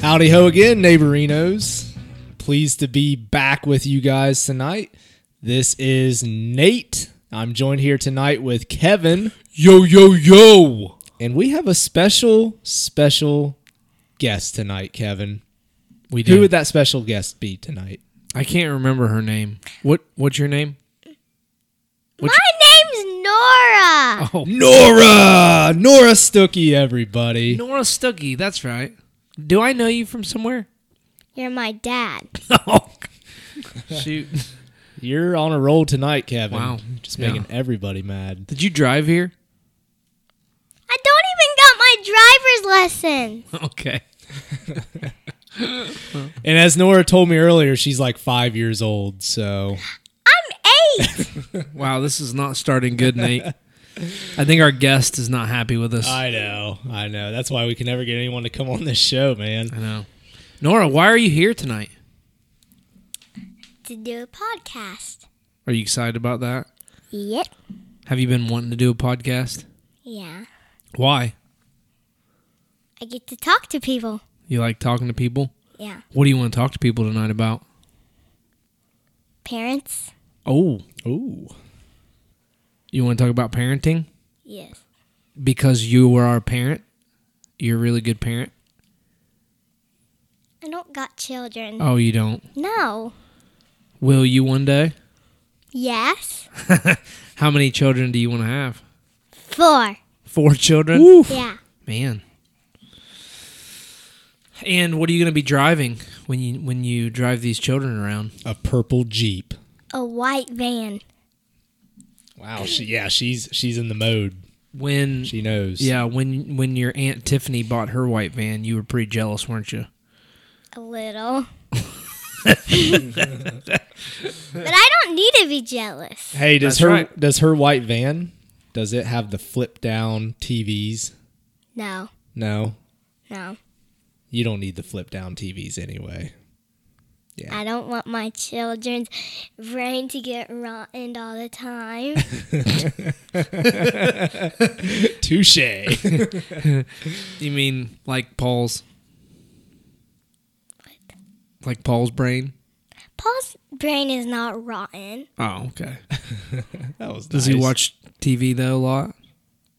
Howdy ho again, neighborinos. Pleased to be back with you guys tonight. This is Nate. I'm joined here tonight with Kevin, Yo, yo, yo. and we have a special, special guest tonight, Kevin. We do. Who would that special guest be tonight? I can't remember her name. What? What's your name? My name's Nora. Oh, Nora! Nora Stookie, everybody. Nora Stuckey. That's right. Do I know you from somewhere? You're my dad. No. Shoot. You're on a roll tonight, Kevin. Wow. Just Yeah. making everybody mad. Did you drive here? I don't even got my driver's lesson. Okay. And as Nora told me earlier, she's like five years old, so. I'm eight. Wow, this is not starting good, Nate. I think our guest is not happy with us. I, I know, I know. That's why we can never get anyone to come on this show, man. know. Nora, why are you here tonight? to do a podcast. Are you excited about that? Yep. Have you been wanting to do a podcast? Yeah. Why? I get to talk to people. You like talking to people? Yeah. What do you want to talk to people tonight about? Parents. Oh, Ooh, you want to talk about parenting? Yes. because you were our parent. You're a really good parent. I don't got children. Oh, you don't. No. Will you one day? Yes. How many children do you want to have? Four. Four children? Yeah. Man. And what are you going to be driving when you when you drive these children around? a purple jeep. A white van. Wow. She, yeah, she's she's in the mode. When She knows. yeah, when when your aunt Tiffany bought her white van, you were pretty jealous, weren't you? A little. but I don't need to be jealous. Hey, does That's her right. does her white van? Does it have the flip down TVs? No. No, No. you don't need the flip down TVs anyway. I don't want my children's brain to get rotten all the time. Touche. You mean like Paul's like Paul's brain? Paul's brain is not rotten. Oh, okay. that was. Does he nice. watch TV though a lot?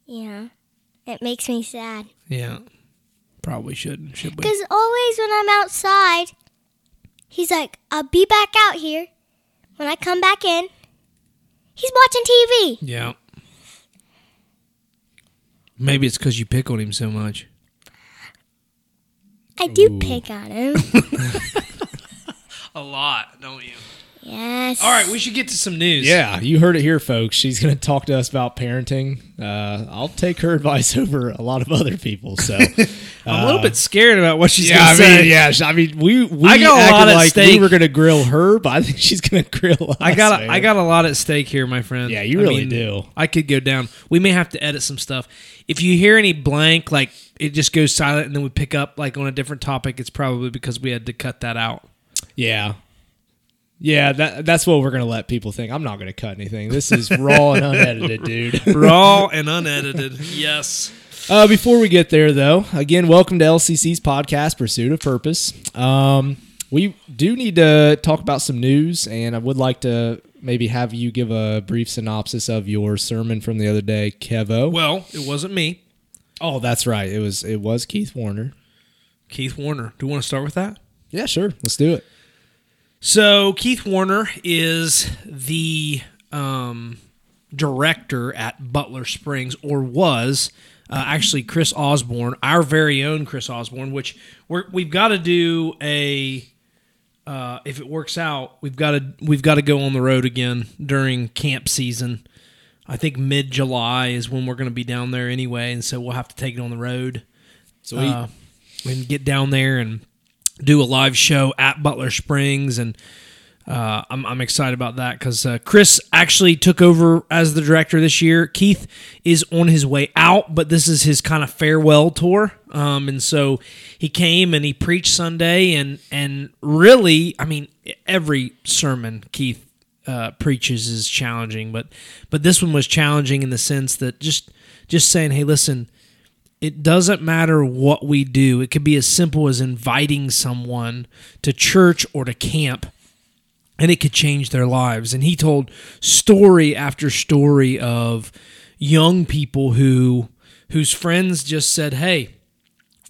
Yeah. It makes me sad. Yeah. Probably shouldn't, should we? Because always when I'm outside, he's like, I'll be back out here. When I come back in, he's watching TV. Yeah. Maybe it's because you pick on him so much. I do pick on him. A lot, don't you? yes. All right, we should get to some news. Yeah, you heard it here, folks. She's going to talk to us about parenting. Uh, I'll take her advice over a lot of other people. So, I'm a little bit scared about what she's Uh, yeah, gonna I say. mean, yeah, sh- I mean, we we I got a acted lot at like we stake. were gonna grill her, but I think she's gonna grill us. I got a, man. I got a lot at stake here, my friend. Yeah, you I really do. I could go down. We may have to edit some stuff. If you hear any blank, like it just goes silent, and then we pick up like on a different topic, it's probably because we had to cut that out. yeah, yeah. That that's what we're gonna let people think. I'm not gonna cut anything. This is raw and unedited, dude. Raw and unedited. Yes. Uh, before we get there, though, again, welcome to LCC's podcast, Pursuit of Purpose. Um, we do need to talk about some news, and I would like to maybe have you give a brief synopsis of your sermon from the other day, Kevo. Well, it wasn't me. oh, that's right. It was it was Keith Warner. Keith Warner. Do you want to start with that? Yeah, sure. Let's do it. So Keith Warner is the um, director at Butler Springs, or was uh, actually Chris Osborne, our very own Chris Osborne. Which we're, we've got to do a. Uh, if it works out, we've got to we've got to go on the road again during camp season. I think mid July is when we're going to be down there anyway, and so we'll have to take it on the road So uh, and get down there and do a live show at Butler Springs. And uh, I'm, I'm excited about that because uh, Chris actually took over as the director this year. Keith is on his way out, but this is his kind of farewell tour. Um, and so he came and he preached Sunday, and and really, I mean, every sermon Keith uh, preaches is challenging, but but this one was challenging in the sense that just just saying, hey, listen, It doesn't matter what we do. It could be as simple as inviting someone to church or to camp and it could change their lives. And he told story after story of young people who whose friends just said, "Hey,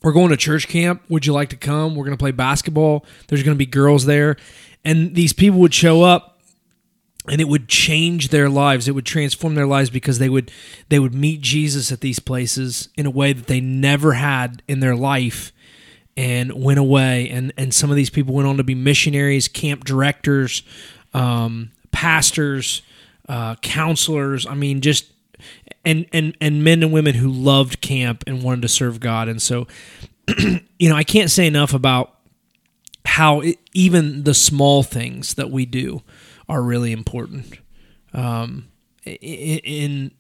we're going to church camp. Would you like to come? We're going to play basketball. There's going to be girls there." And these people would show up and it would change their lives. It would transform their lives because they would they would meet Jesus at these places in a way that they never had in their life and went away. And and some of these people went on to be missionaries, camp directors, um, pastors, uh, counselors. I mean, just and and and men and women who loved camp and wanted to serve God. And so, you know, I can't say enough about how it, even the small things that we do are really important. Um, i- i- in,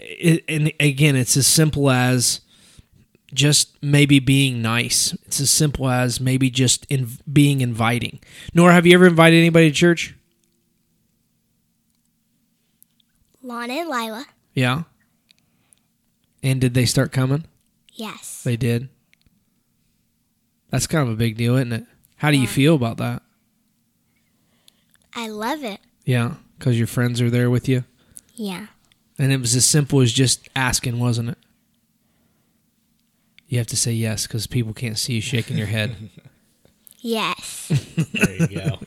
i and again, it's as simple as just maybe being nice. It's as simple as maybe just in being inviting. Nora, have you ever invited anybody to church? Lana and Lila. Yeah. And did they start coming? Yes. They did. That's kind of a big deal, isn't it? How do you feel about that? I love it. Yeah, because your friends are there with you. Yeah. And it was as simple as just asking, wasn't it? You have to say yes because people can't see you shaking your head. Yes. There you go.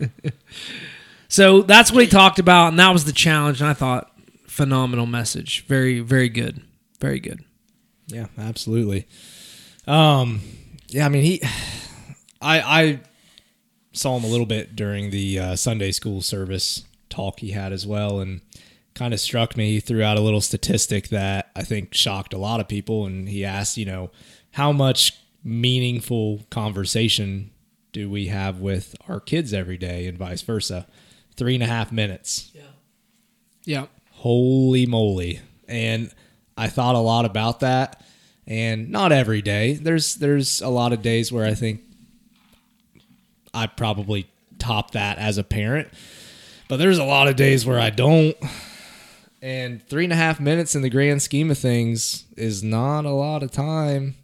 So that's what he talked about, and that was the challenge. And I thought, phenomenal message. Very, very good. Very good. Yeah, absolutely. Um, yeah, I mean he, I I saw him a little bit during the uh, Sunday school service talk he had as well, and kind of struck me. He threw out a little statistic that I think shocked a lot of people, and he asked, you know, how much meaningful conversation do we have with our kids every day, and vice versa. Three and a half minutes Yeah. holy moly and i thought a lot about that and not every day there's there's a lot of days where i think i probably top that as a parent but there's a lot of days where i don't and three and a half minutes in the grand scheme of things is not a lot of time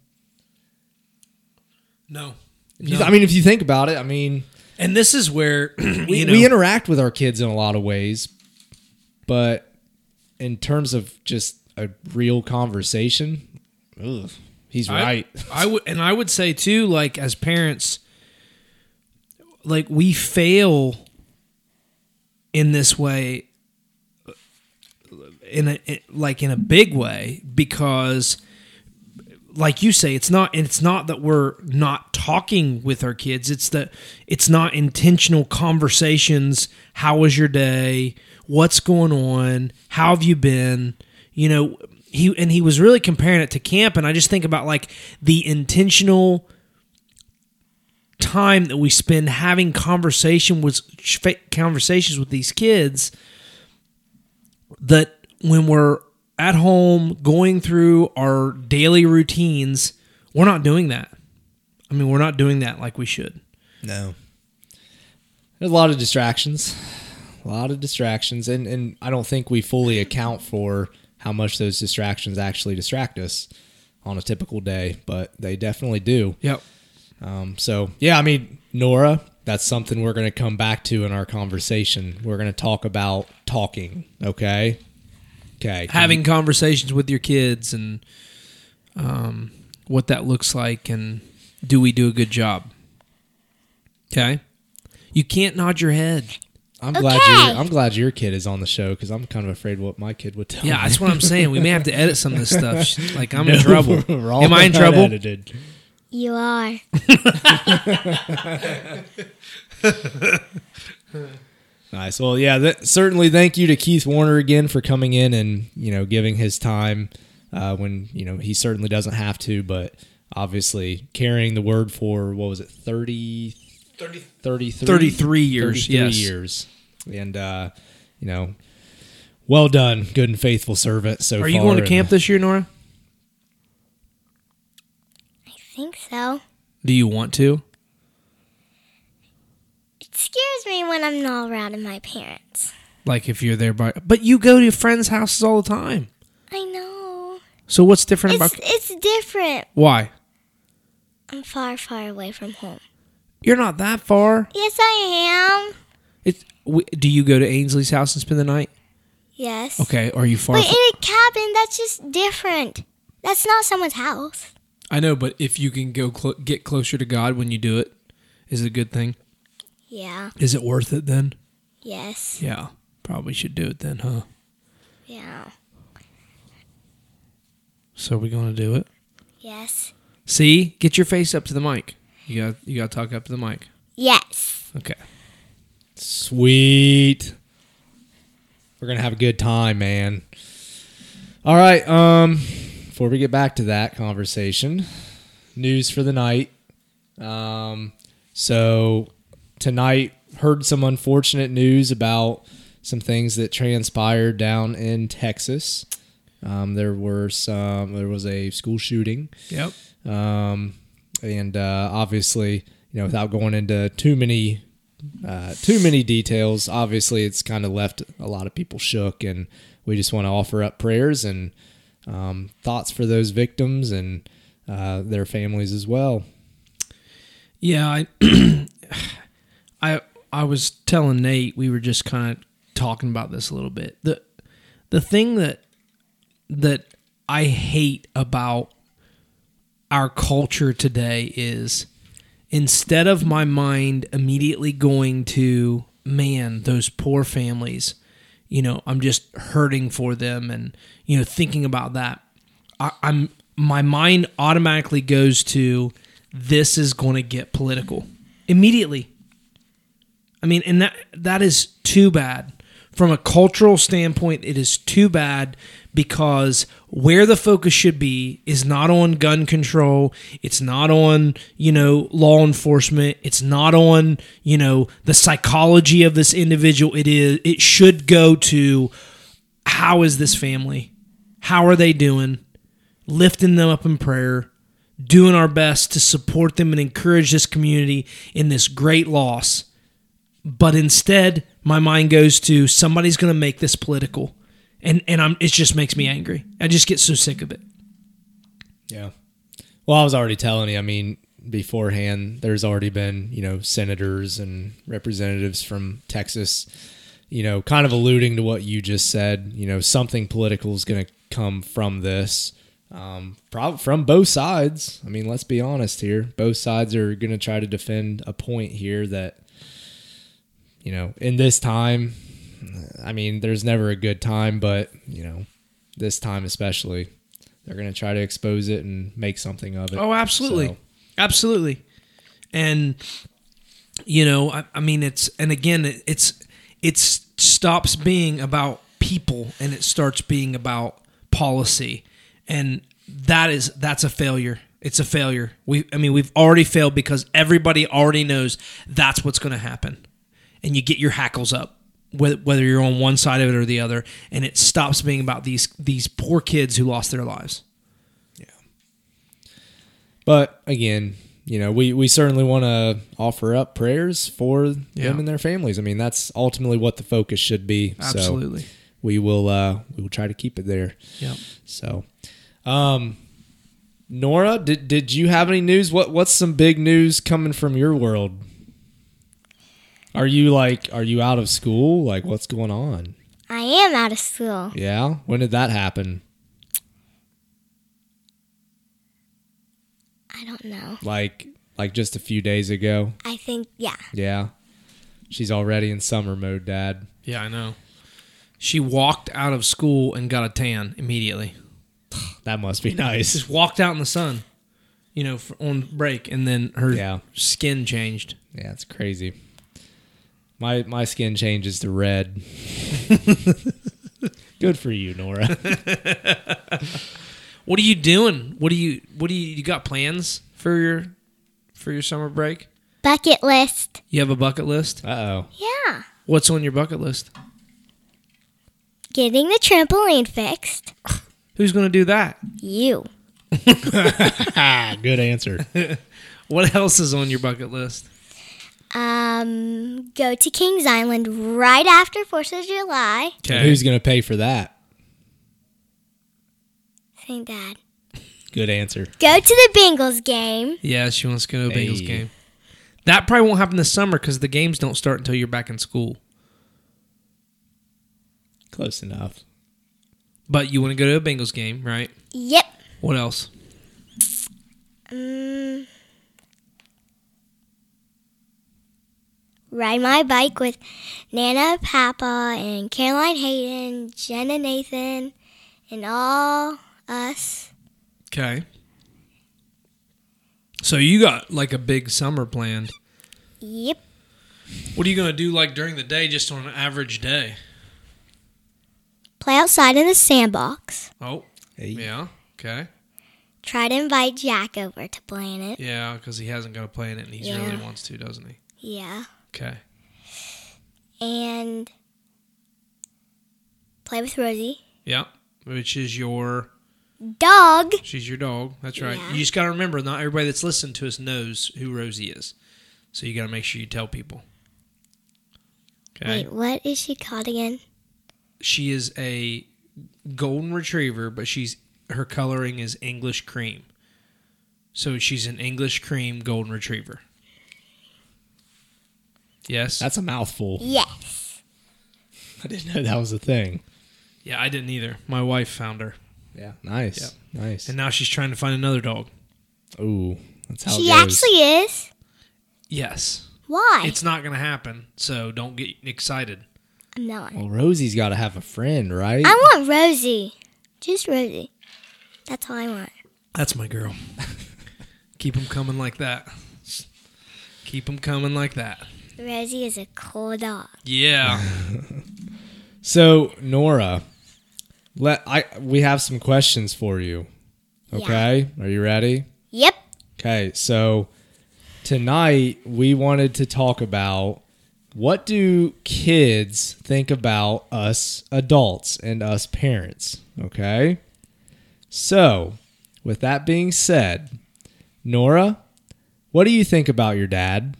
No. If you- i mean if you think about it i mean And this is where we, you know, we interact with our kids in a lot of ways, but in terms of just a real conversation, ugh, he's I- right. I would, and I would say too, like as parents, like we fail in this way, in a in- like in a big way because, like you say, it's not it's not that we're not talking with our kids. It's that it's not intentional conversations. How was your day? What's going on? How have you been? You know. He, and he was really comparing it to camp, and I just think about like the intentional time that we spend having conversation with conversations with these kids that when we're at home going through our daily routines we're not doing that i mean we're not doing that like we should No. There's a lot of distractions. A lot of distractions and and I don't think we fully account for how much those distractions actually distract us on a typical day, but they definitely do. yep Um, so yeah, I mean, Nora, that's something we're going to come back to in our conversation. We're going to talk about talking. Okay. Okay. having conversations with your kids and um, what that looks like and do we do a good job okay you can't nod your head I'm glad you. Okay. I'm glad your kid is on the show because I'm kind of afraid what my kid would tell. Yeah, me. that's what I'm saying. We may have to edit some of this stuff. Like I'm in No, trouble. we're all Am I in not trouble? edited. You are. Nice. Well, yeah. Th- certainly, thank you to Keith Warner again for coming in and you know giving his time uh, when you know he certainly doesn't have to, but obviously carrying the word for what was it 30, 33? 33 years, 33 yes. years, and uh, you know, well done, good and faithful servant. So Are you far, going to and- camp this year, Nora? I think so. Do you want to? It scares me when I'm not around my parents. Like if you're there by But you go to friends' houses all the time. I know. So what's different It's about it's different. why? I'm far, far away from home. You're not that far. Yes, I am. It's w- do you go to Ainsley's house and spend the night? Yes. Okay, are you far? But fr- in a cabin, that's just different. That's not someone's house. I know, but if you can go clo- get closer to God when you do it, is it a good thing? Yeah. Is it worth it then? Yes. Yeah, probably should do it then, huh? Yeah. So we're gonna do it. Yes. See, get your face up to the mic. You got you got to talk up to the mic. Yes. Okay. Sweet. We're gonna have a good time, man. All right. Um, before we get back to that conversation, news for the night. Um, so tonight heard some unfortunate news about some things that transpired down in Texas. Um, there were some. There was a school shooting. Yep. Um, and uh, obviously, you know, without going into too many uh, too many details, obviously, it's kind of left a lot of people shook, and we just want to offer up prayers and um, thoughts for those victims and uh, their families as well. Yeah, I, I, I was telling Nate we were just kind of talking about this a little bit. the The thing that that I hate about our culture today is instead of my mind immediately going to man those poor families you know i'm just hurting for them and you know thinking about that I, i'm my mind automatically goes to this is going to get political immediately i mean and that that is too bad from a cultural standpoint it is too bad because where the focus should be is not on gun control it's not on you know law enforcement it's not on you know the psychology of this individual it is it should go to how is this family how are they doing lifting them up in prayer, doing our best to support them and encourage this community in this great loss. But instead, my mind goes to somebody's going to make this political, and and I'm it just makes me angry. I just get so sick of it. Yeah. Well, I was already telling you, I mean, beforehand, there's already been, you know, senators and representatives from Texas, you know, kind of alluding to what you just said. You know, something political is going to come from this, um, prob- from both sides. I mean, let's be honest here. Both sides are going to try to defend a point here that, you know, in this time, I mean, there's never a good time, but, you know, this time especially, they're going to try to expose it and make something of it. Oh, absolutely, So, absolutely. And you know, I, I mean, it's and again, it, it's it's stops being about people and it starts being about policy, and that is that's a failure. It's a failure. We, I mean, we've already failed because everybody already knows that's what's going to happen, and you get your hackles up whether whether you're on one side of it or the other, and it stops being about these these poor kids who lost their lives. but again, you know, we, we certainly want to offer up prayers for Yeah. them and their families. I mean, that's ultimately what the focus should be. Absolutely. So we will uh, we will try to keep it there. Yep. So, um, Nora, did did you have any news? What what's some big news coming from your world? Are you like are you out of school? Like what's going on? I am out of school. Yeah, when did that happen? I don't know. Like like just a few days ago. I think, yeah. Yeah. She's already in summer mode, Dad. Yeah, I know. She walked out of school and got a tan immediately. That must be nice. Just walked out in the sun, you know, for, on break, and then her Yeah. skin changed. Yeah, it's crazy. My my skin changes to red. Good for you, Nora. What are you doing? What do you? What do you? You got plans for your for your summer break? Bucket list. You have a bucket list. Uh oh. Yeah. What's on your bucket list? Getting the trampoline fixed. Who's going to do that? You. Ah, good answer. What else is on your bucket list? Um, go to Kings Island right after Fourth of July. Who's gonna pay for that? Thank Dad. Good answer. Go to the Bengals game. Yeah, she wants to go to a Bengals Hey. game. That probably won't happen this summer because the games don't start until you're back in school. Close enough. But you want to go to a Bengals game, right? Yep. What else? Mm. Ride my bike with Nana, Papa, and Caroline Hayden, Jen and Nathan, and all us. Okay. So you got like a big summer planned. Yep. What are you going to do like during the day, just on an average day? Play outside in the sandbox. Oh, Hey. yeah. Okay. Try to invite Jack over to play in it. Yeah, because he hasn't got a play in it and he really Yeah. wants to, doesn't he? Yeah. Okay. And play with Rosie. Yeah. Which is your, Dog. she's your dog. That's right. Yeah. You just got to remember, not everybody that's listened to us knows who Rosie is. So you got to make sure you tell people. Okay. Wait, what is she called again? She is a golden retriever, but she's her coloring is English cream. So she's an English cream golden retriever. Yes. That's a mouthful. Yes. I didn't know that was a thing. yeah, I didn't either. My wife found her, Yeah. Nice. Nice. and now she's trying to find another dog. Ooh, that's how She it goes. actually is. Yes. Why? It's not going to happen, so don't get excited. I'm not. Well, Rosie's got to have a friend, right? I want Rosie. Just Rosie. That's all I want. That's my girl. Keep them coming like that. Keep them coming like that. Rosie is a cool dog. Yeah. So Nora, let I we have some questions for you. Yeah. Okay, are you ready? Yep. Okay, so tonight we wanted to talk about what do kids think about us adults and us parents, okay? So, with that being said, Nora, what do you think about your dad?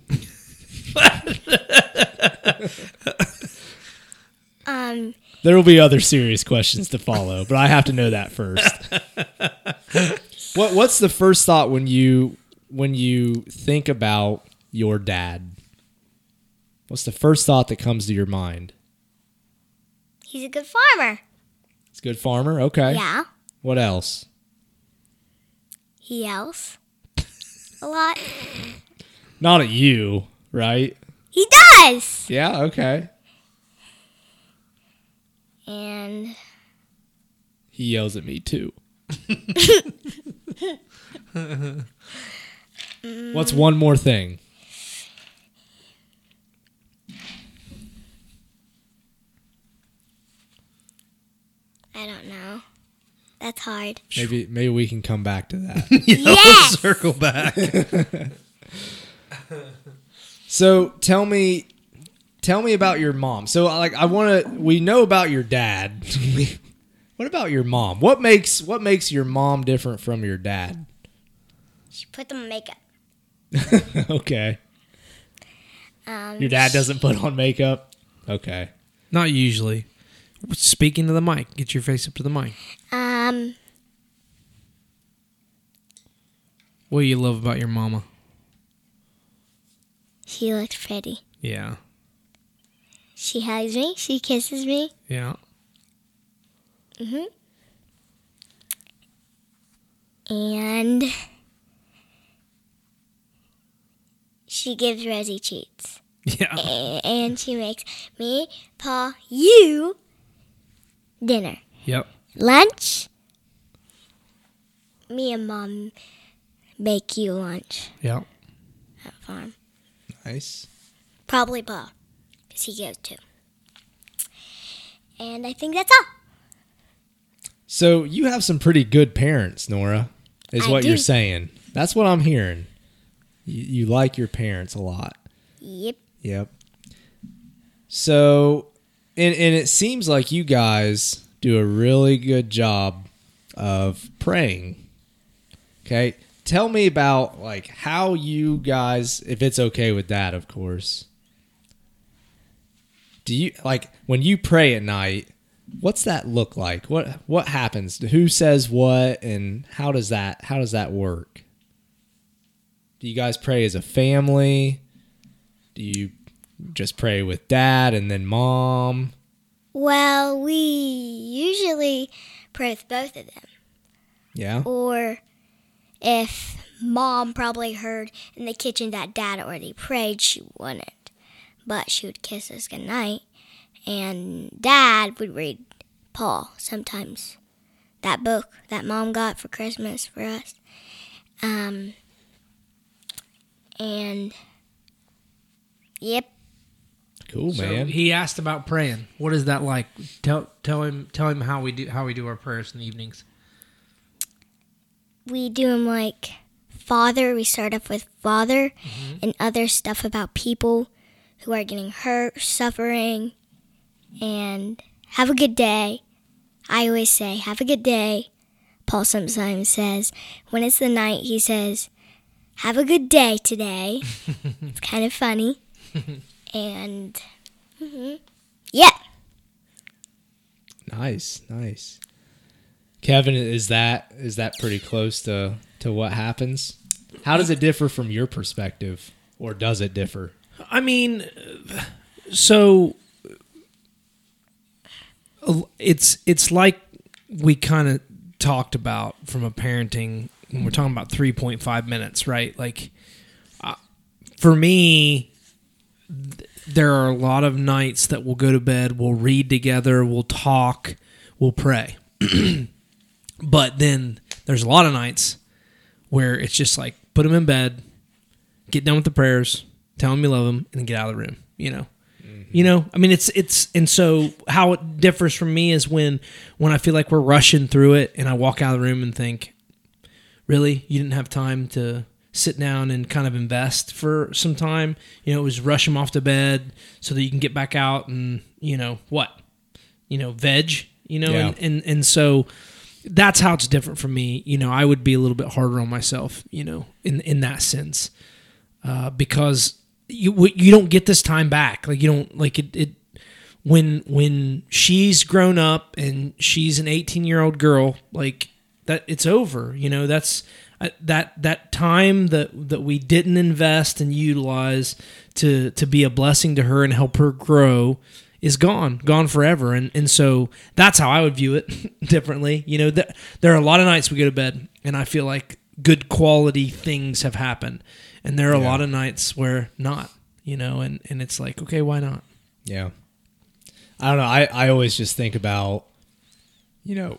Um, There will be other serious questions to follow, but I have to know that first. what what's the first thought when you when you think about your dad? What's the first thought that comes to your mind? he's a good farmer. It's a good farmer, okay. Yeah. What else? He yells a lot. Not at you, right? He does. Yeah, okay. And He yells at me too. What's one more thing? I don't know. That's hard. Maybe maybe we can come back to that. Yes. Circle back. So tell me, tell me about your mom. So like, I want to. We know about your dad. what about your mom? What makes what makes your mom different from your dad? She put on makeup. okay, Um, your dad doesn't put on makeup. Okay, Not usually. Speaking to the mic. Get your face up to the mic. Um, What do you love about your mama? she looked pretty. Yeah. She hugs me. She kisses me. Yeah. Mhm. And she gives Rosie treats, Yeah. A- and she makes me, Paul, you dinner, Yep. lunch. Me and Mom make you lunch Yeah. at farm. nice. Probably Paul, because he goes too. And I think that's all. So you have some pretty good parents, Nora. Is I what do. you're saying. That's what I'm hearing. You, you like your parents a lot. Yep. Yep. So, and and it seems like you guys do a really good job of praying. Okay, tell me about like how you guys, if it's okay with that, of course. Do you like when you pray at night? what's that look like? What what happens? Who says what and how does that how does that work? Do you guys pray as a family? Do you just pray with dad and then mom? Well, we usually pray with both of them. Yeah. Or if mom probably heard in the kitchen that dad already prayed, she wouldn't. But she would kiss us goodnight. And dad would read Paul sometimes. That book that mom got for Christmas for us. Um, and, yep. Cool, So man. he asked about praying. What is that like? Tell tell him tell him how we do how we do our prayers in the evenings. we do them like father we start off with father and other stuff about people who are getting hurt suffering and have a good day i always say have a good day paul sometimes says when it's the night he says have a good day today it's kind of funny and mhm. yeah nice, nice. Kevin, is that is that pretty close to to what happens? How does it differ from your perspective, or does it differ? I mean, so uh, it's it's like we kind of talked about from a parenting when we're talking about 3.5 minutes, right? Like I- for me th- there are a lot of nights that we'll go to bed, we'll read together, we'll talk, we'll pray. but then there's a lot of nights where it's just like put them in bed, get done with the prayers, tell them you love them, and then get out of the room. You know, you know. I mean, it's it's and so how it differs from me is when when I feel like we're rushing through it, and I walk out of the room and think, really, you didn't have time to sit down and kind of invest for some time. You know, it was rush them off to bed so that you can get back out and you know what, you know, veg. You know, Yeah. and, and and so that's how it's different for me. You know, I would be a little bit harder on myself. You know, in in that sense uh, because you w- you don't get this time back. Like you don't like it. it when when she's grown up and she's an 18 year old girl, like that, it's over. You know, that's uh, that that time that that we didn't invest and utilize to to be a blessing to her and help her grow is gone, gone forever. And and so that's how I would view it differently. You know, th- there are a lot of nights we go to bed and I feel like good quality things have happened. And there are a lot of nights where not, you know, and, and it's like, okay, why not? Yeah. I don't know. I, I always just think about, you know,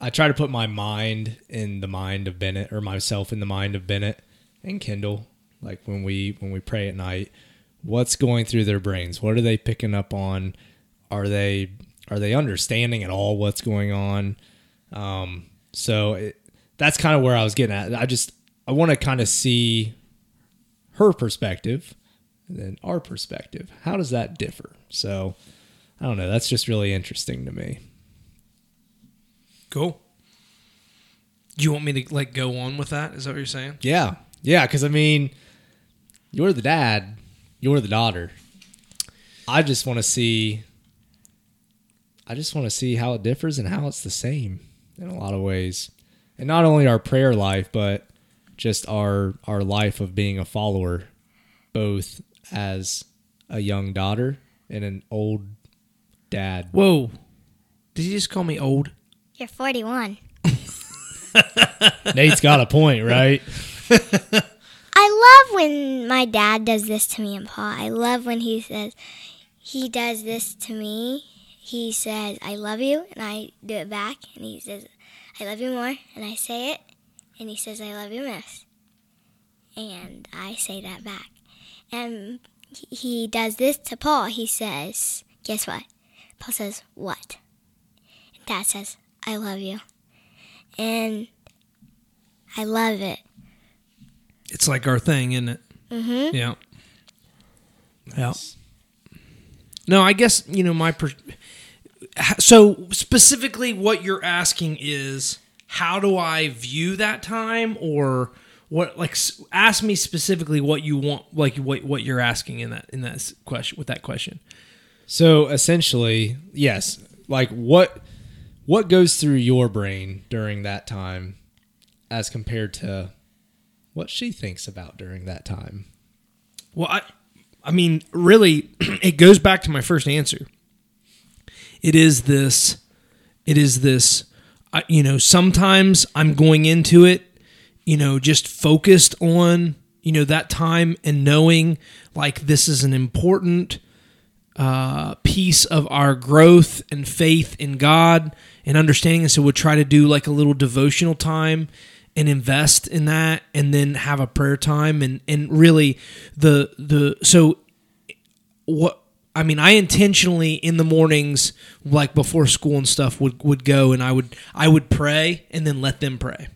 I try to put my mind in the mind of Bennett or myself in the mind of Bennett and Kendall. Like when we when we pray at night, what's going through their brains? What are they picking up on? Are they are they understanding at all what's going on? Um, so it, that's kind of where I was getting at. I just I want to kind of see her perspective and then our perspective. How does that differ? So I don't know. That's just really interesting to me. Cool. Do you want me to like go on with that? Is that what you're saying? Yeah. Yeah. Cause I mean, you're the dad, you're the daughter. I just want to see, I just want to see how it differs and how it's the same in a lot of ways. And not only our prayer life, but just our, our life of being a follower, both as a young daughter and an old dad. Whoa. Did you just call me old? you're 41 Nate's got a point, right? I love when my dad does this to me and Pa. I love when he says, he does this to me. He says, I love you, and I do it back. And he says, I love you more, and I say it. And he says, I love you less. And I say that back. And he- he does this to Paul. He says, Guess what? Paul says, What? And Dad says, I love you. And I love it. It's like our thing, isn't it? hmm. Yeah. Yeah. No, I guess you know my. Per- so specifically, what you're asking is how do I view that time, or what? Like, s- ask me specifically what you want, like what what you're asking in that in that s- question with that question. So essentially, yes, like what what goes through your brain during that time as compared to what she thinks about during that time? Well, I, I mean, really, it goes back to my first answer. It is this. It is this. I, you know, sometimes I'm going into it, you know, just focused on you know that time and knowing like this is an important uh, piece of our growth and faith in God and understanding. And so we'll try to do like a little devotional time and invest in that and then have a prayer time and, and really the the so what I mean, I intentionally in the mornings, like before school and stuff, would, would go and I would I would pray and then let them pray.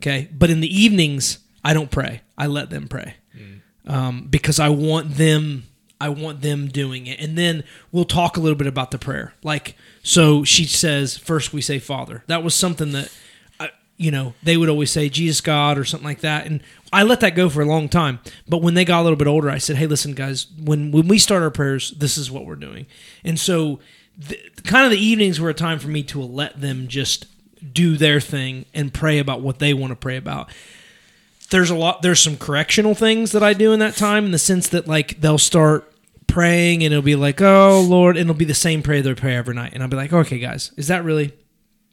Okay, but in the evenings, I don't pray. I let them pray um, because I want them. I want them doing it, and then we'll talk a little bit about the prayer. Like, so she says first we say Father. That was something that, I, you know, they would always say Jesus God or something like that, and I let that go for a long time. But when they got a little bit older, I said, Hey, listen, guys, when when we start our prayers, this is what we're doing, and so. The, kind of the evenings were a time for me to let them just do their thing and pray about what they want to pray about there's a lot there's some correctional things that I do in that time in the sense that like they'll start praying and it'll be like, "Oh Lord," and it'll be the same prayer they pray every night. And I'll be like, "Okay, guys, is that really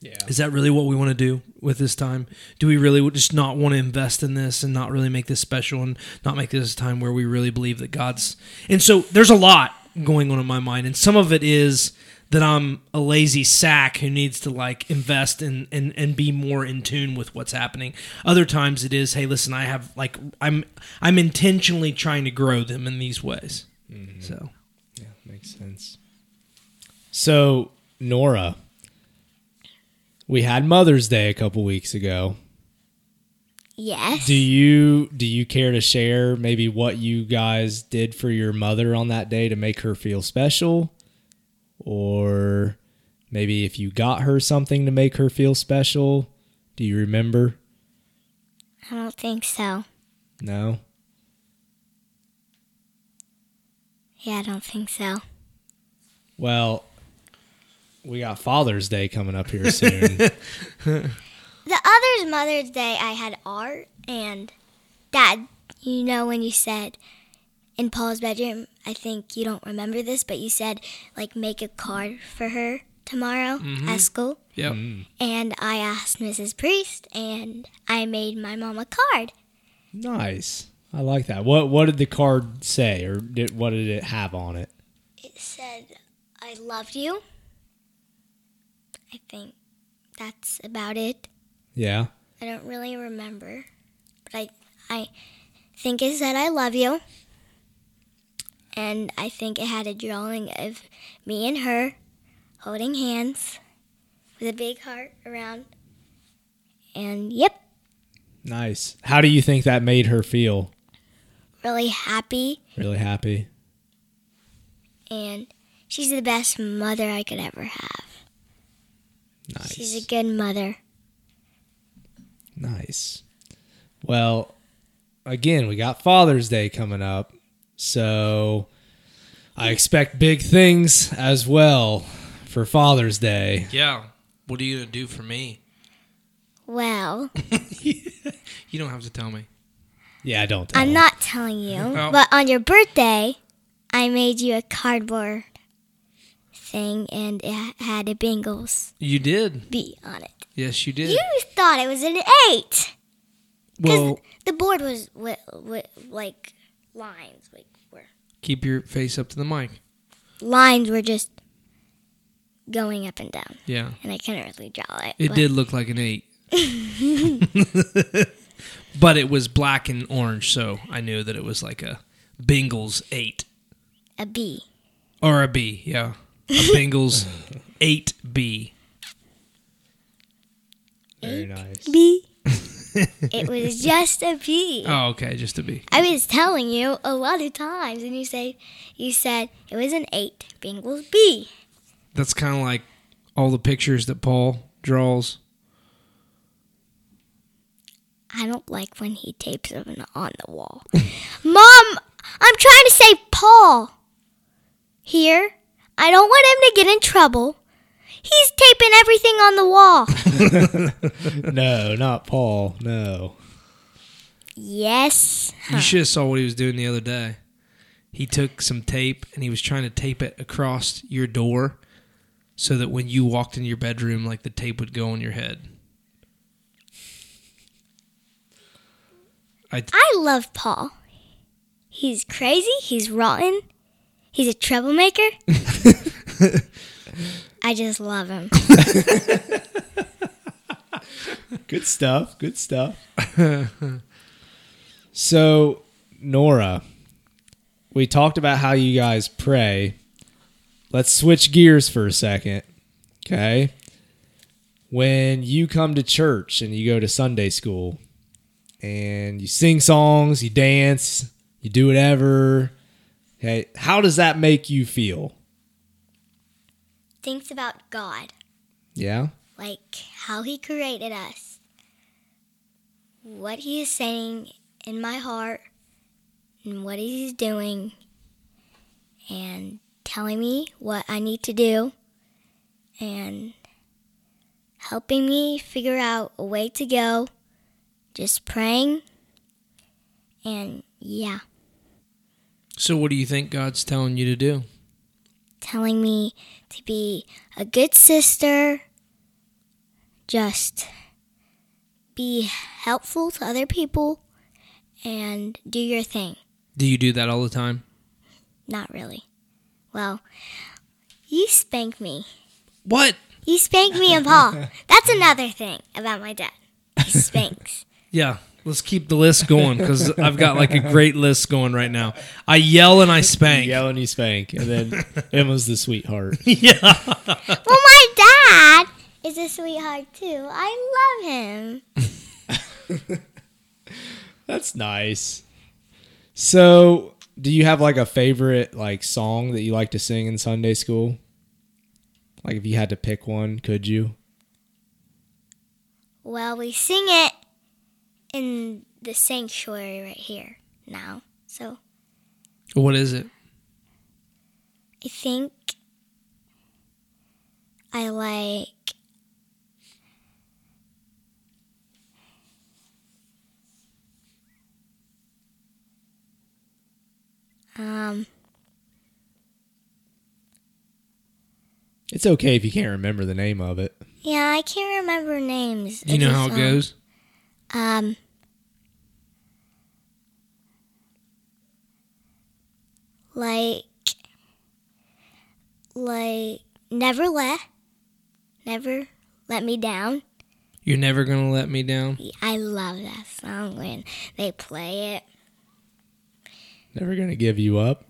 Yeah. is that really what we want to do with this time? Do we really just not want to invest in this and not really make this special and not make this a time where we really believe that God's. And so there's a lot going on in my mind. And some of it is that I'm a lazy sack who needs to like invest and, and, and be more in tune with what's happening. Other times it is, hey, listen, I have like, I'm, I'm intentionally trying to grow them in these ways. So. Yeah, makes sense. So, Nora, we had Mother's Day a couple weeks ago. Yes. Do you do you care to share maybe what you guys did for your mother on that day to make her feel special? Or maybe if you got her something to make her feel special? Do you remember? I don't think so. No. Yeah, I don't think so. Well, we got Father's Day coming up here soon. The other's Mother's Day, I had art and Dad. You know when you said in Paul's bedroom, I think you don't remember this, but you said like make a card for her tomorrow at school. Yep. And I asked Mrs. Priest, and I made my mom a card. nice. I like that. What what did the card say or did, what did it have on it? It said, "I love you." I think that's about it. Yeah. I don't really remember, but I I think it said I love you. And I think it had a drawing of me and her holding hands with a big heart around. And yep, Nice. How do you think that made her feel? really happy Really happy. and she's the best mother I could ever have. Nice. She's a good mother. Nice. Well, again, we got Father's Day coming up, so I expect big things as well for Father's Day. Yeah. What are you going to do for me? Well, You don't have to tell me. Yeah, I don't. Tell I'm not telling you, Oh. but on your birthday, I made you a cardboard thing and it ha- had a Bengals You did. B on it. Yes, you did. You thought it was an eight. well, The board was wi- wi- like lines, like were keep your face up to the mic. lines were just going up and down, Yeah. and I couldn't really draw it. It but- did look like an eight. but it was black and orange, so I knew that it was like a Bengals eight a B. or a B. Yeah. A Bengals eight B. Very nice. B. it was just a B. Oh, okay. Just a B. I was telling you a lot of times, and you say you said it was an eight. Bengals B. That's kind of like all the pictures that Paul draws. I don't like when he tapes them on the wall. Mom, I'm trying to save Paul. Here, I don't want him to get in trouble, He's taping everything on the wall. No, not Paul. No. yes. You should have saw what he was doing the other day. He took some tape and he was trying to tape it across your door so that when you walked into your bedroom, like the tape would go on your head. I I love Paul. He's crazy. He's rotten. He's a troublemaker. I just love him. Good stuff. Good stuff. so, Nora, we talked about how you guys pray. Let's switch gears for a second. Okay. When you come to church and you go to Sunday school and you sing songs, you dance, you do whatever, okay, how does that make you feel? Thinks about God, Yeah. like how He created us, what He is saying in my heart, and what He's doing, and telling me what I need to do, and helping me figure out a way to go, just praying, and yeah. so, what do you think God's telling you to do? telling me to be a good sister, just be helpful to other people, and do your thing. Do you do that all the time? Not really. Well, you spank me. What? You spank me and Paul. That's another thing about my dad. He spanks. Yeah, let's keep the list going because I've got like a great list going right now. I yell and I spank. You yell and you spank. And then Emma's the sweetheart. yeah. well, my dad is a sweetheart too. I love him. That's nice. So, do you have like a favorite like song that you like to sing in Sunday school? Like if you had to pick one, could you? Well, we sing it in the sanctuary right here now. So What is it? I think I like um It's okay if you can't remember the name of it. yeah, I can't remember names. Do you of know the how it song. goes? Um like like never let never let me down. You're never gonna let me down. I love that song when they play it. Never gonna give you up.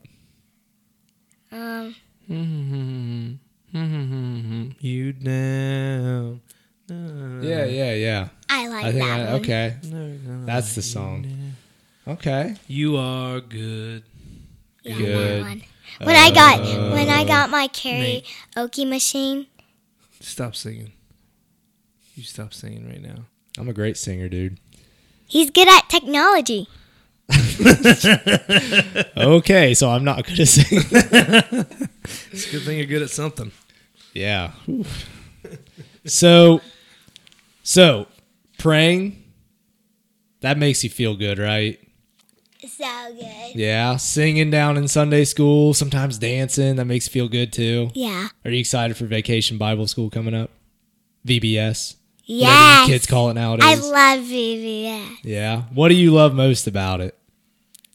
Um, you down. No. Yeah, yeah, yeah. I like I think that I, one. okay, Never gonna that's the song. Okay, let- You are good. Yeah, Good. Uh, That one. When I got when I got my karaoke machine, Stop singing. You stop singing right now. I'm a great singer, dude. he's good at technology. Okay, so I'm not gonna sing. It's a good thing you're good at something. Yeah. so, so praying that makes you feel good, right? So good. Yeah, singing down in Sunday school, sometimes dancing. That makes you feel good too. Yeah. Are you excited for Vacation Bible School coming up? VBS. Whatever Yes. you kids call it nowadays. I love VBS. yeah. What do you love most about it?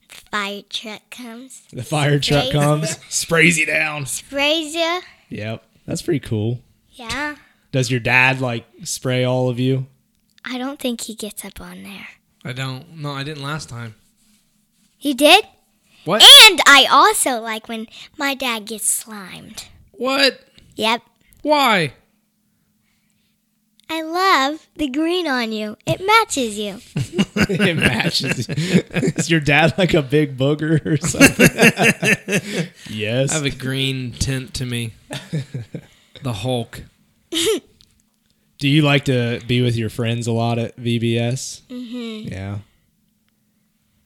Fire truck comes, The fire truck Sprays comes, sprays you down. sprays you. Yep. That's pretty cool. Yeah. Does your dad like spray all of you? I don't think he gets up on there. I don't. No, I didn't last time. He did. What? And I also like when my dad gets slimed. What? Yep. Why? I love the green on you. It matches you. it matches. Is your dad like a big booger or something? yes. I have a green tint to me. the Hulk. Do you like to be with your friends a lot at VBS? Mm-hmm. Yeah.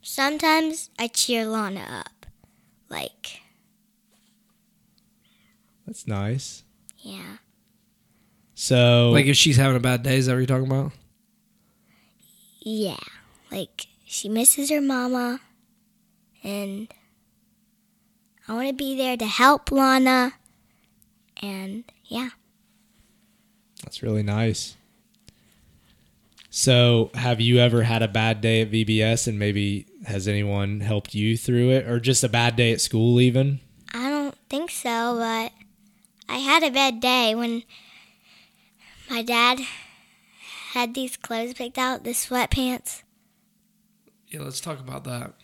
Sometimes I cheer Lana up. Like, That's nice. yeah. So Like if she's having a bad day, is that what you're talking about? Yeah. Like she misses her mama and I want to be there to help Lana and yeah. that's really nice. So, have you ever had a bad day at VBS and maybe has anyone helped you through it or just a bad day at school even? I don't think so, but I had a bad day when my dad had these clothes picked out, the sweatpants. Yeah, let's talk about that.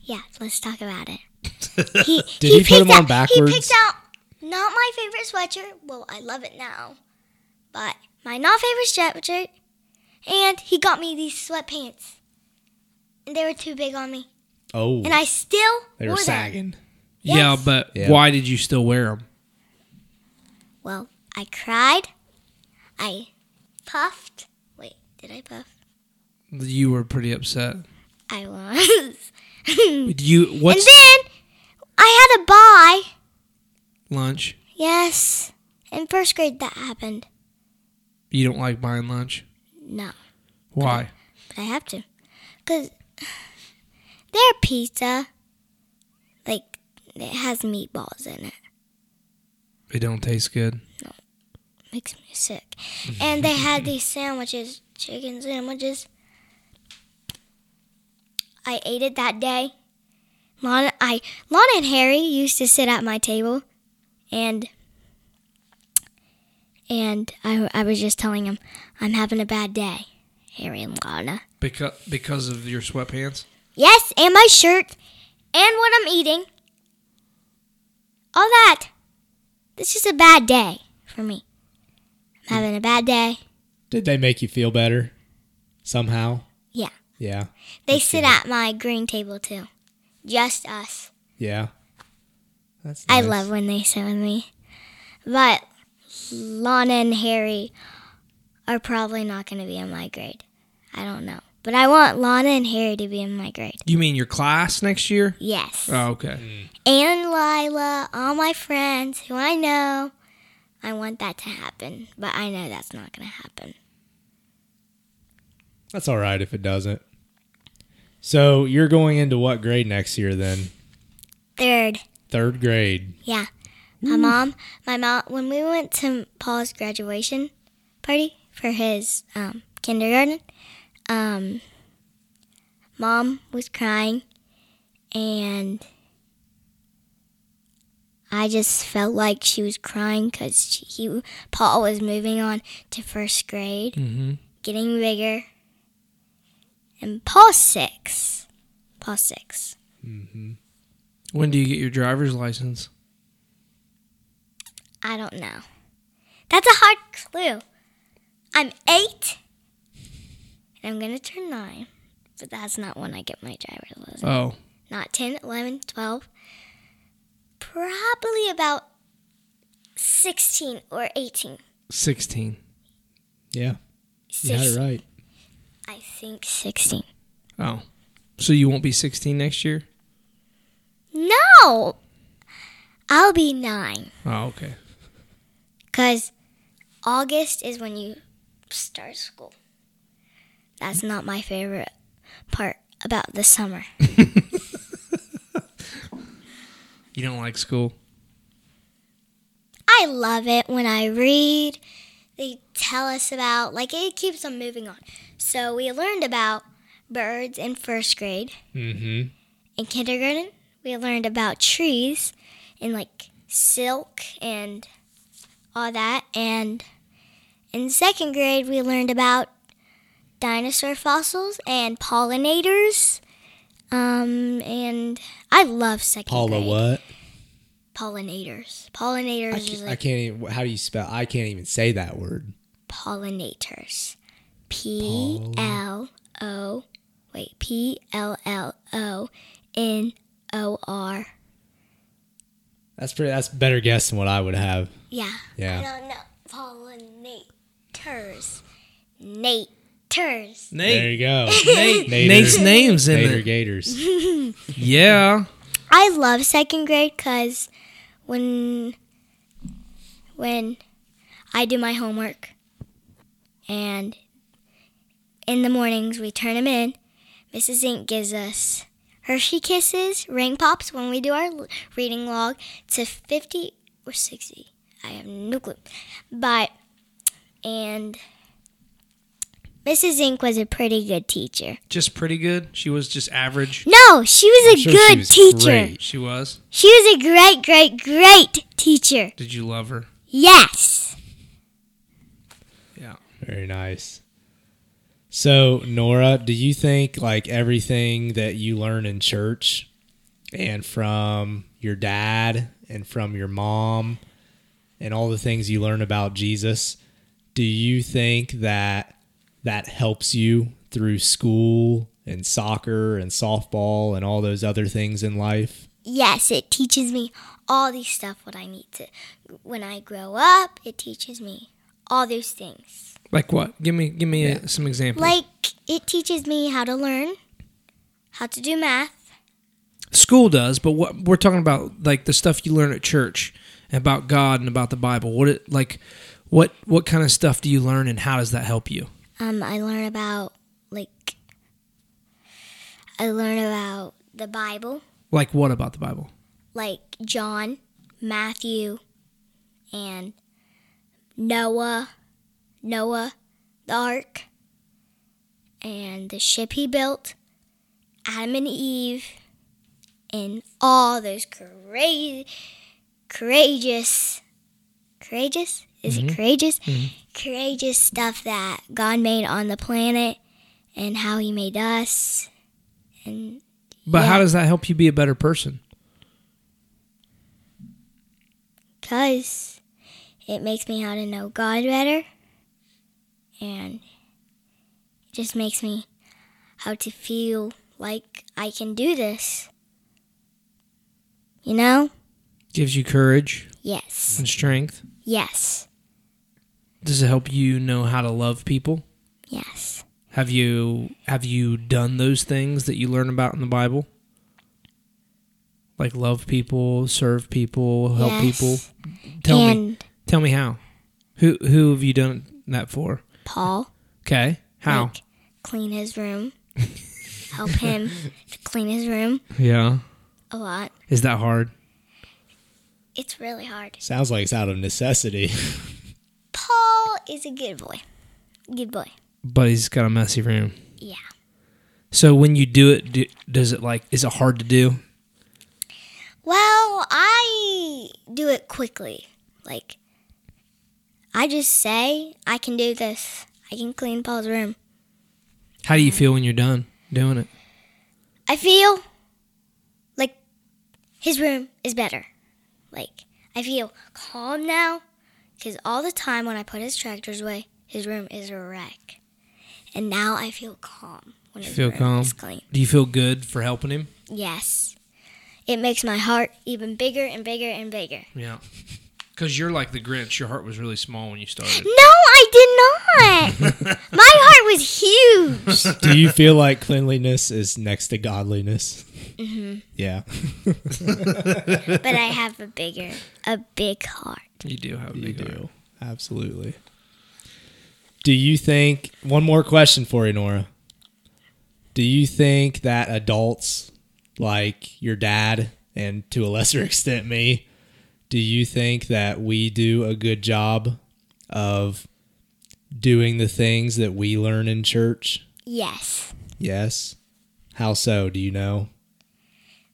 Yeah, let's talk about it. He, Did he put picked them on out- He backwards? picked out not my favorite sweatshirt. Well, I love it now, but my not favorite sweatshirt. And he got me these sweatpants, and they were too big on me, Oh, and I still they were wore them. sagging. Yes. Yeah, but Yeah. why did you still wear them? Well, I cried. I puffed. Wait, did I puff? You were pretty upset. I was. and Did you what's then I had a buy. lunch? Yes, in first grade that happened. You don't like buying lunch? No. Why? I have to. Because their pizza, like, it has meatballs in it. It don't taste good. Makes me sick. And they had these sandwiches, chicken sandwiches. I ate it that day. Lana, I, Lana and Harry used to sit at my table, and and I, I was just telling him I'm having a bad day, Harry and Lana. Because because of your sweatpants? Yes, and my shirt, and what I'm eating. All that. This is a bad day for me. I'm having a bad day. Did they make you feel better somehow? Yeah. Yeah. They sit at my green table too. Just us. Yeah. That's I nice. love when they sit with me. But Lana and Harry are probably not going to be in my grade. I don't know. But I want Lana and Harry to be in my grade. You mean your class next year? Yes. Oh, okay. and Lila, all my friends who I know. I want that to happen, but I know that's not going to happen. That's all right if it doesn't. So, you're going into what grade next year then? Third, 3rd grade. yeah. My mom, my mom, when we went to Paul's graduation party for his um, kindergarten, um, mom was crying and I just felt like she was crying because he, Paul was moving on to first grade. Mm-hmm. getting bigger. And Paul six. Paul six. Mm-hmm. When do you get your driver's license? I don't know. That's a hard clue. I'm eight. And I'm going to turn nine. But that's not when I get my driver's license. Oh, Not 10, 11, 12. Probably about 16 or 18. 16. Yeah. You Six, had it right. I think 16. Oh. So you won't be 16 next year? No! I'll be nine. Oh, okay. Because August is when you start school. That's not my favorite part about the summer. You don't like school? I love it when I read. They tell us about, like, it keeps on moving on. So we learned about birds in first grade. Mhm. In kindergarten, we learned about trees and, like, silk and all that. And in second grade, we learned about dinosaur fossils and pollinators. Um, and I love second Paula grade. what? Pollinators. Pollinators I is can't, like I can't even how do you spell I can't even say that word. pollinators. P L O wait, P L L O N O R. That's pretty that's a better guess than what I would have. Yeah. Yeah. I don't know. Pollinators. Naters. There Nate. you go. Nate. Nader. Nate's name's in Gator it. Gators. Yeah. I love second grade because when when I do my homework. And in the mornings, we turn them in. Mrs. Zink gives us Hershey Kisses, ring pops when we do our l- reading log to 50 or 60. I have no clue. But, and Mrs. Zink was a pretty good teacher. Just pretty good. She was just average. No, she was a sure she good was teacher. great. She was. She was a great, great, great teacher. Did you love her? Yes. Yeah. Very nice. So, Nora, do you think like everything that you learn in church and from your dad and from your mom and all the things you learn about Jesus, do you think that that helps you through school and soccer and softball and all those other things in life? Yes, it teaches me all these stuff what I need to when I grow up. It teaches me all those things. Like what? Give me give me a, some examples. Like it teaches me how to learn, how to do math. School does, but what we're talking about like the stuff you learn at church about God and about the Bible. What it like what what kind of stuff do you learn and how does that help you? Um I learn about like I learn about the Bible, Like what about the Bible? like John, Matthew, and Noah, Noah, the ark, and the ship he built, Adam and Eve, and all those crazy, courageous, courageous? Is it courageous? Courageous stuff that God made on the planet and how he made us. And But how Yeah. does that help you be a better person? because it makes me how to know God better and it just makes me how to feel like I can do this. You know? Gives you courage Yes. and strength. Yes. Does it help you know how to love people? Yes. Have you have you done those things that you learn about in the Bible? Like love people, serve people, help Yes. people. Tell me and tell me how. Who who have you done that for? Paul Okay. How? Like- clean his room. help him to clean his room yeah. a lot. Is that hard? It's really hard. Sounds like it's out of necessity. Paul is a good boy. Good boy. But he's got a messy room. Yeah. So when you do it, do, does it like is it hard to do? Well, I do it quickly. Like, I just say, I can do this. I can clean Paul's room. How do you feel when you're done doing it? I feel like his room is better. Like, I feel calm now because all the time when I put his tractors away, his room is a wreck. And now I feel calm when his feel room calm? is clean. Do you feel good for helping him? Yes. It makes my heart even bigger and bigger and bigger. Yeah. Cuz you're like the Grinch. Your heart was really small when you started. No, I did not. My heart was huge. do you feel like cleanliness is next to godliness? Yeah. But I have a bigger, a big heart. You do have a You big heart. do. Absolutely. Do you think one more question for you, Nora? Do you think that adults like your dad and to a lesser extent me, do you think that we do a good job of doing the things that we learn in church? Yes. Yes. How so? Do you know?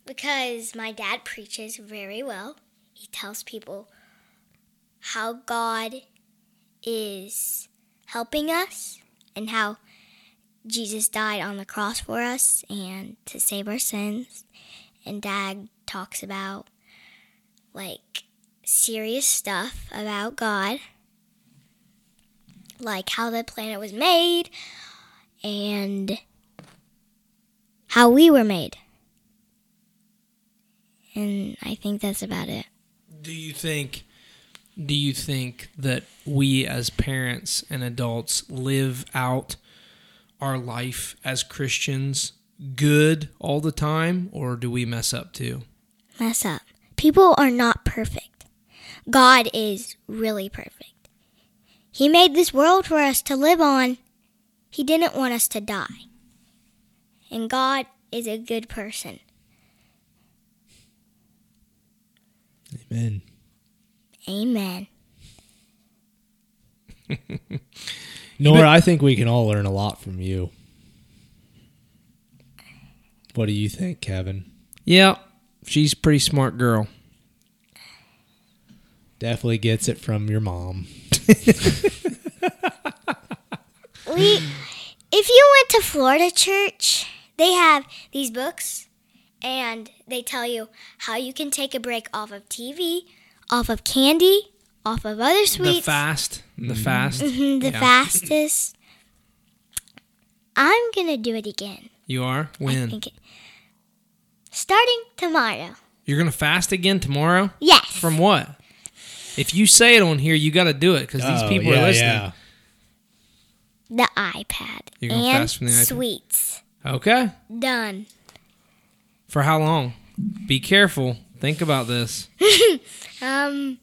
Because my dad preaches very well. He tells people how God is helping us and how Jesus died on the cross for us and to save our sins. And dad talks about like serious stuff about God, like how the planet was made and how we were made. And I think that's about it. Do you think do you think that we as parents and adults live out our life as Christians good all the time or do we mess up too? Mess up. People are not perfect. God is really perfect. He made this world for us to live on. He didn't want us to die. And God is a good person. Amen. Amen. Nora, I think we can all learn a lot from you. What do you think, Kevin? Yeah, she's a pretty smart girl. Definitely gets it from your mom. We, if you went to Florida church, they have these books, and they tell you how you can take a break off of TV, off of candy, off of other The sweets, fast, the fast. Mhm, the Yeah. fastest. I'm gonna do it again. You are I when think it- Starting tomorrow. you're gonna fast again tomorrow. Yes. From what? If you say it on here, you got to do it because these Oh, people yeah, are listening. yeah. the iPad You're gonna and fast from the iPad? sweets. Okay. Done. For how long? Be careful. Think about this. Um.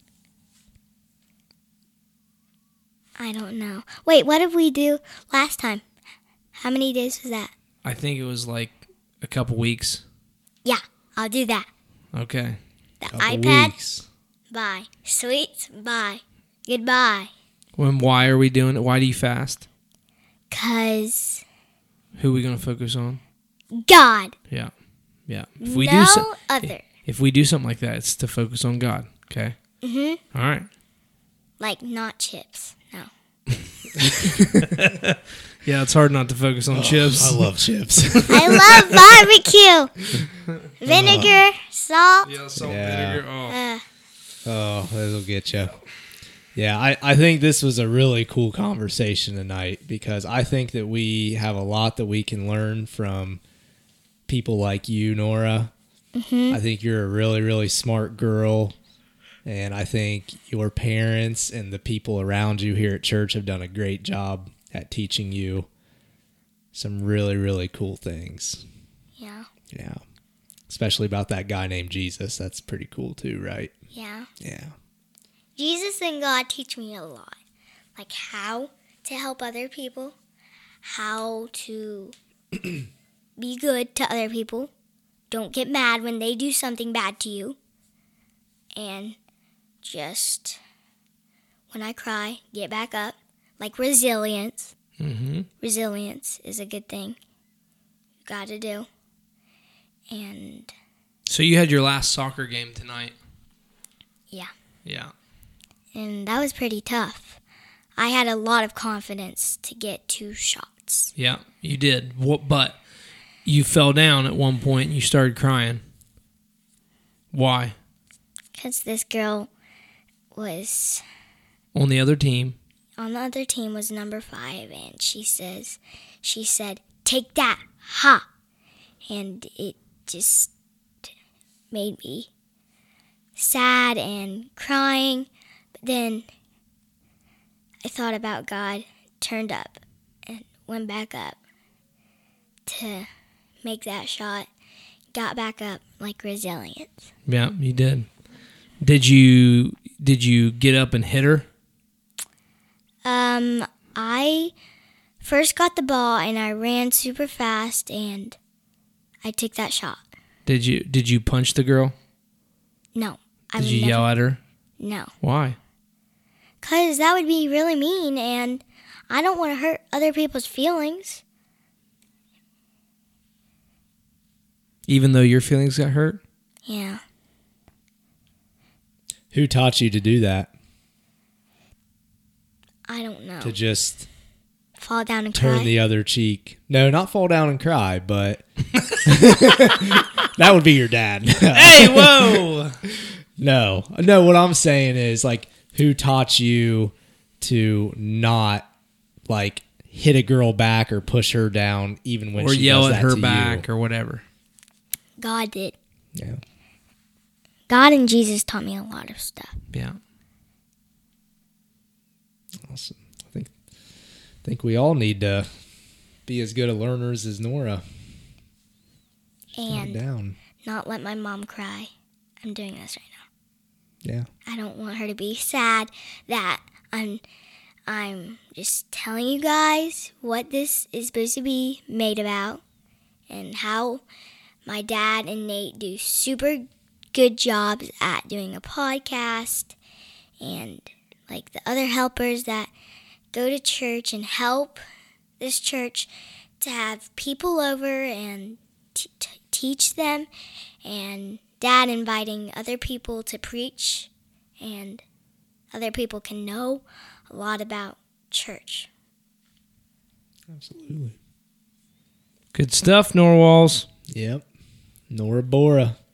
I don't know. Wait, what did we do last time? How many days was that? I think it was like a couple weeks. Yeah, I'll do that. Okay. The Couple iPad, weeks. bye. Sweets, bye. Goodbye. When? Why are we doing it? Why do you fast? Cause Who are we gonna focus on? God, Yeah. Yeah. If we no do so- other. if we do something like that, it's to focus on God. Okay. Mhm. All right. Like not chips. No. Yeah, it's hard not to focus on chips. Oh, I love chips. I love barbecue. Vinegar, salt. Yeah, salt, Yeah. vinegar. Oh. Uh, oh, that'll get you. Yeah, I, I think this was a really cool conversation tonight because I think that we have a lot that we can learn from people like you, Nora. Mm-hmm. I think you're a really, really smart girl. And I think your parents and the people around you here at church have done a great job at teaching you some really, really cool things. yeah. Yeah. Especially about that guy named Jesus. That's pretty cool too, right? Yeah. Yeah. Jesus and God teach me a lot, like how to help other people, how to be good to other people, don't get mad when they do something bad to you, and just when I cry, get back up. Like resilience. Mm-hmm. Resilience is a good thing. You gotta do. And So you had your last soccer game tonight. Yeah. Yeah. and that was pretty tough. I had a lot of confidence to get two shots. Yeah. You did. What? But you fell down at one point and you started crying. Why? because this girl was On the other team. on the other team was number five and she says she said take that ha and it just made me sad and crying but then i thought about god turned up and went back up to make that shot got back up like resilience Yeah, you did. Did you did you get up and hit her? Um, I first got the ball and I ran super fast and I took that shot. Did you did you punch the girl? No, I Did would you never- yell at her? No, Why? cause that would be really mean and I don't want to hurt other people's feelings. Even though your feelings got hurt? Yeah, Who taught you to do that? I don't know. Oh. To just Fall down and turn cry. the other cheek? No, not fall down and cry, but that would be your dad. Hey, whoa! no, no. What I'm saying is like, who taught you to not like hit a girl back or push her down, even when or she yell does at that her to you? back or whatever. God did. Yeah. God and Jesus taught me a lot of stuff. Yeah. Awesome. I think I think we all need to be as good a learners as Nora. And down. not let my mom cry. I'm doing this right now. Yeah. I don't want her to be sad that I'm I'm just telling you guys what this is supposed to be made about and how my dad and Nate do super good jobs at doing a podcast and like the other helpers that go to church and help this church to have people over and t- t- teach them and dad inviting other people to preach and other people can know a lot about church. Absolutely. Good stuff, Norwals. Yep. Nora Bora.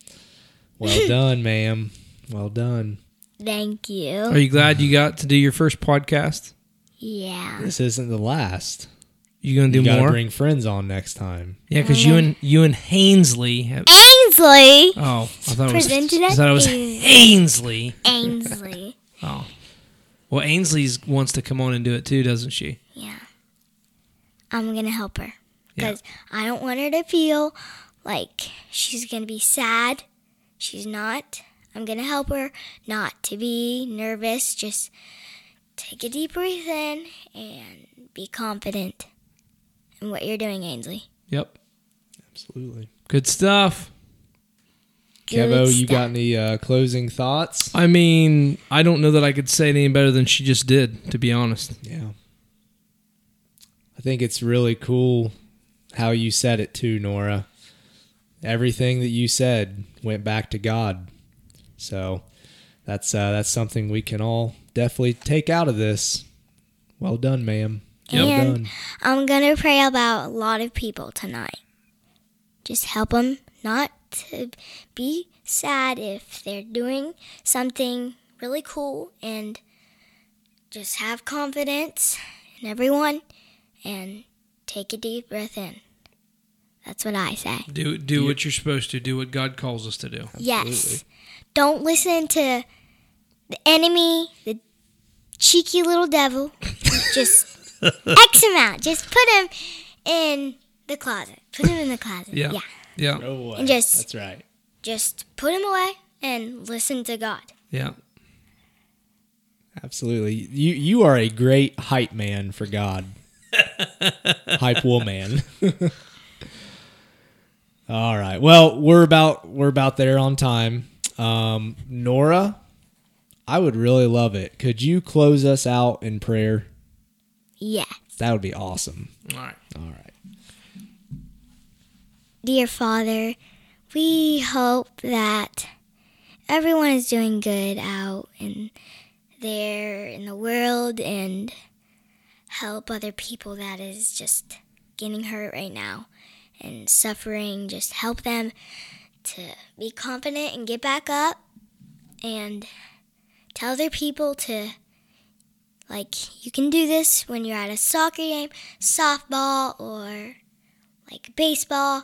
Well done, ma'am. Well done. Thank Are you. you glad you got to do your first podcast? Yeah. This isn't the last. You gonna do You gotta more? bring friends on next time. yeah, because you and you and Hainsley. Have, Ainsley. oh, I thought it was, Presented I at thought it was Ains- Hainsley. Ainsley. Oh, well, Ainsley's wants to come on and do it too, doesn't she? Yeah. I'm going to help her Yeah. because I don't want her to feel like she's going to be sad. She's not. I'm going to help her not to be nervous. Just take a deep breath in and be confident in what you're doing, Ainsley. Yep. Absolutely. Good stuff. Kevo, Good you stuff. got any uh, closing thoughts? I mean, I don't know that I could say it any better than she just did, to be honest. Yeah. I think it's really cool how you said it too, Nora. Everything that you said went back to God. So that's uh, that's something we can all definitely take out of this. Well done, ma'am. Well And- done. I'm gonna pray about a lot of people tonight. Just help them not to be sad if they're doing something really cool and just have confidence in everyone and take a deep breath in. That's what I say. Do do what you're supposed to. Do what God calls us to do. Yes. Don't listen to the enemy, the cheeky little devil. Just X him out. Just put him in the closet. Put him in the closet. Yeah. yeah. Yeah. Go away. And just- that's right. Just put him away and listen to God. Yeah. Absolutely. You you are a great hype man for God. hype woman. All right. Well, we're about we're about there on time. Um, Nora, I would really love it. Could you close us out in prayer? Yes. That would be awesome. All right. All right. Dear Father, we hope that everyone is doing good out and there in the world and help other people that is just getting hurt right now and suffering. Just help them to be confident and get back up and tell other people to like you can do this when you're at a soccer game, softball or like baseball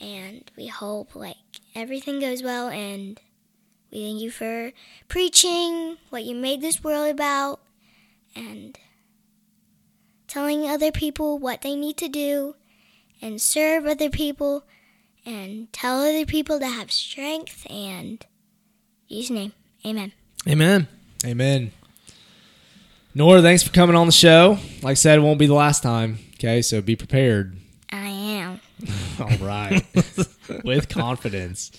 and we hope like everything goes well and we thank you for preaching what you made this world about and telling other people what they need to do and serve other people and tell other people to have strength and in Jesus name amen Amen. Amen. Nora, thanks for coming on the show. Like I said, it won't be the last time. Okay, so be prepared. I am All right. With confidence.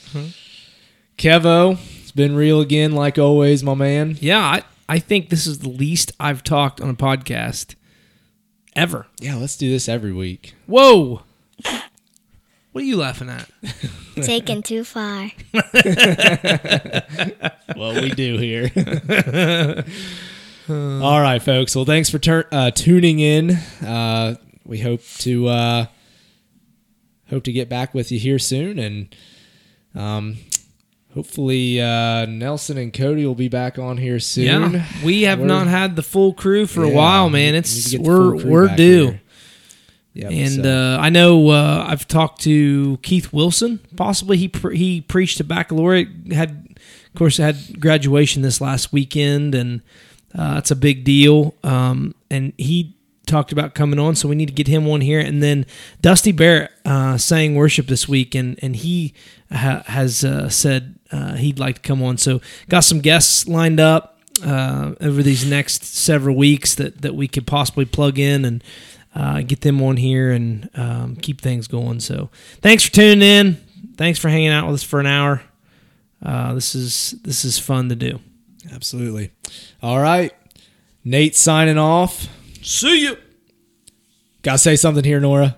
Kevo, it's been real again, like always, my man. Yeah. I, I think this is the least I've talked on a podcast ever. Yeah, let's do this every week. Whoa. What are you laughing at? taken too far What we do here. All right, folks. Well, thanks for tur- uh, tuning in. Uh, we hope to uh, hope to get back with you here soon, and um, hopefully uh, Nelson and Cody will be back on here soon. Yeah. We have We're- not had the full crew for a Yeah, while, we man. need- need to It's get the we're full crew we're back due. here. Yep, And so- uh, I know uh, I've talked to Keith Wilson. Possibly he pre- he preached a baccalaureate. Had of course had graduation this last weekend, and uh, it's a big deal. Um, and he talked about coming on, so we need to get him on here. And then Dusty Barrett uh, sang worship this week, and and he ha- has uh, said uh, he'd like to come on. So got some guests lined up. uh, over these next several weeks that, that we could possibly plug in and uh, get them on here and um, keep things going. So thanks for tuning in. Thanks for hanging out with us for an hour. Uh, this is this is fun to do. Absolutely. All right. Nate signing off. See you. Got to say something here, Nora.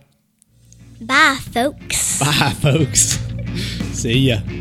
Bye, folks. Bye, folks. See ya.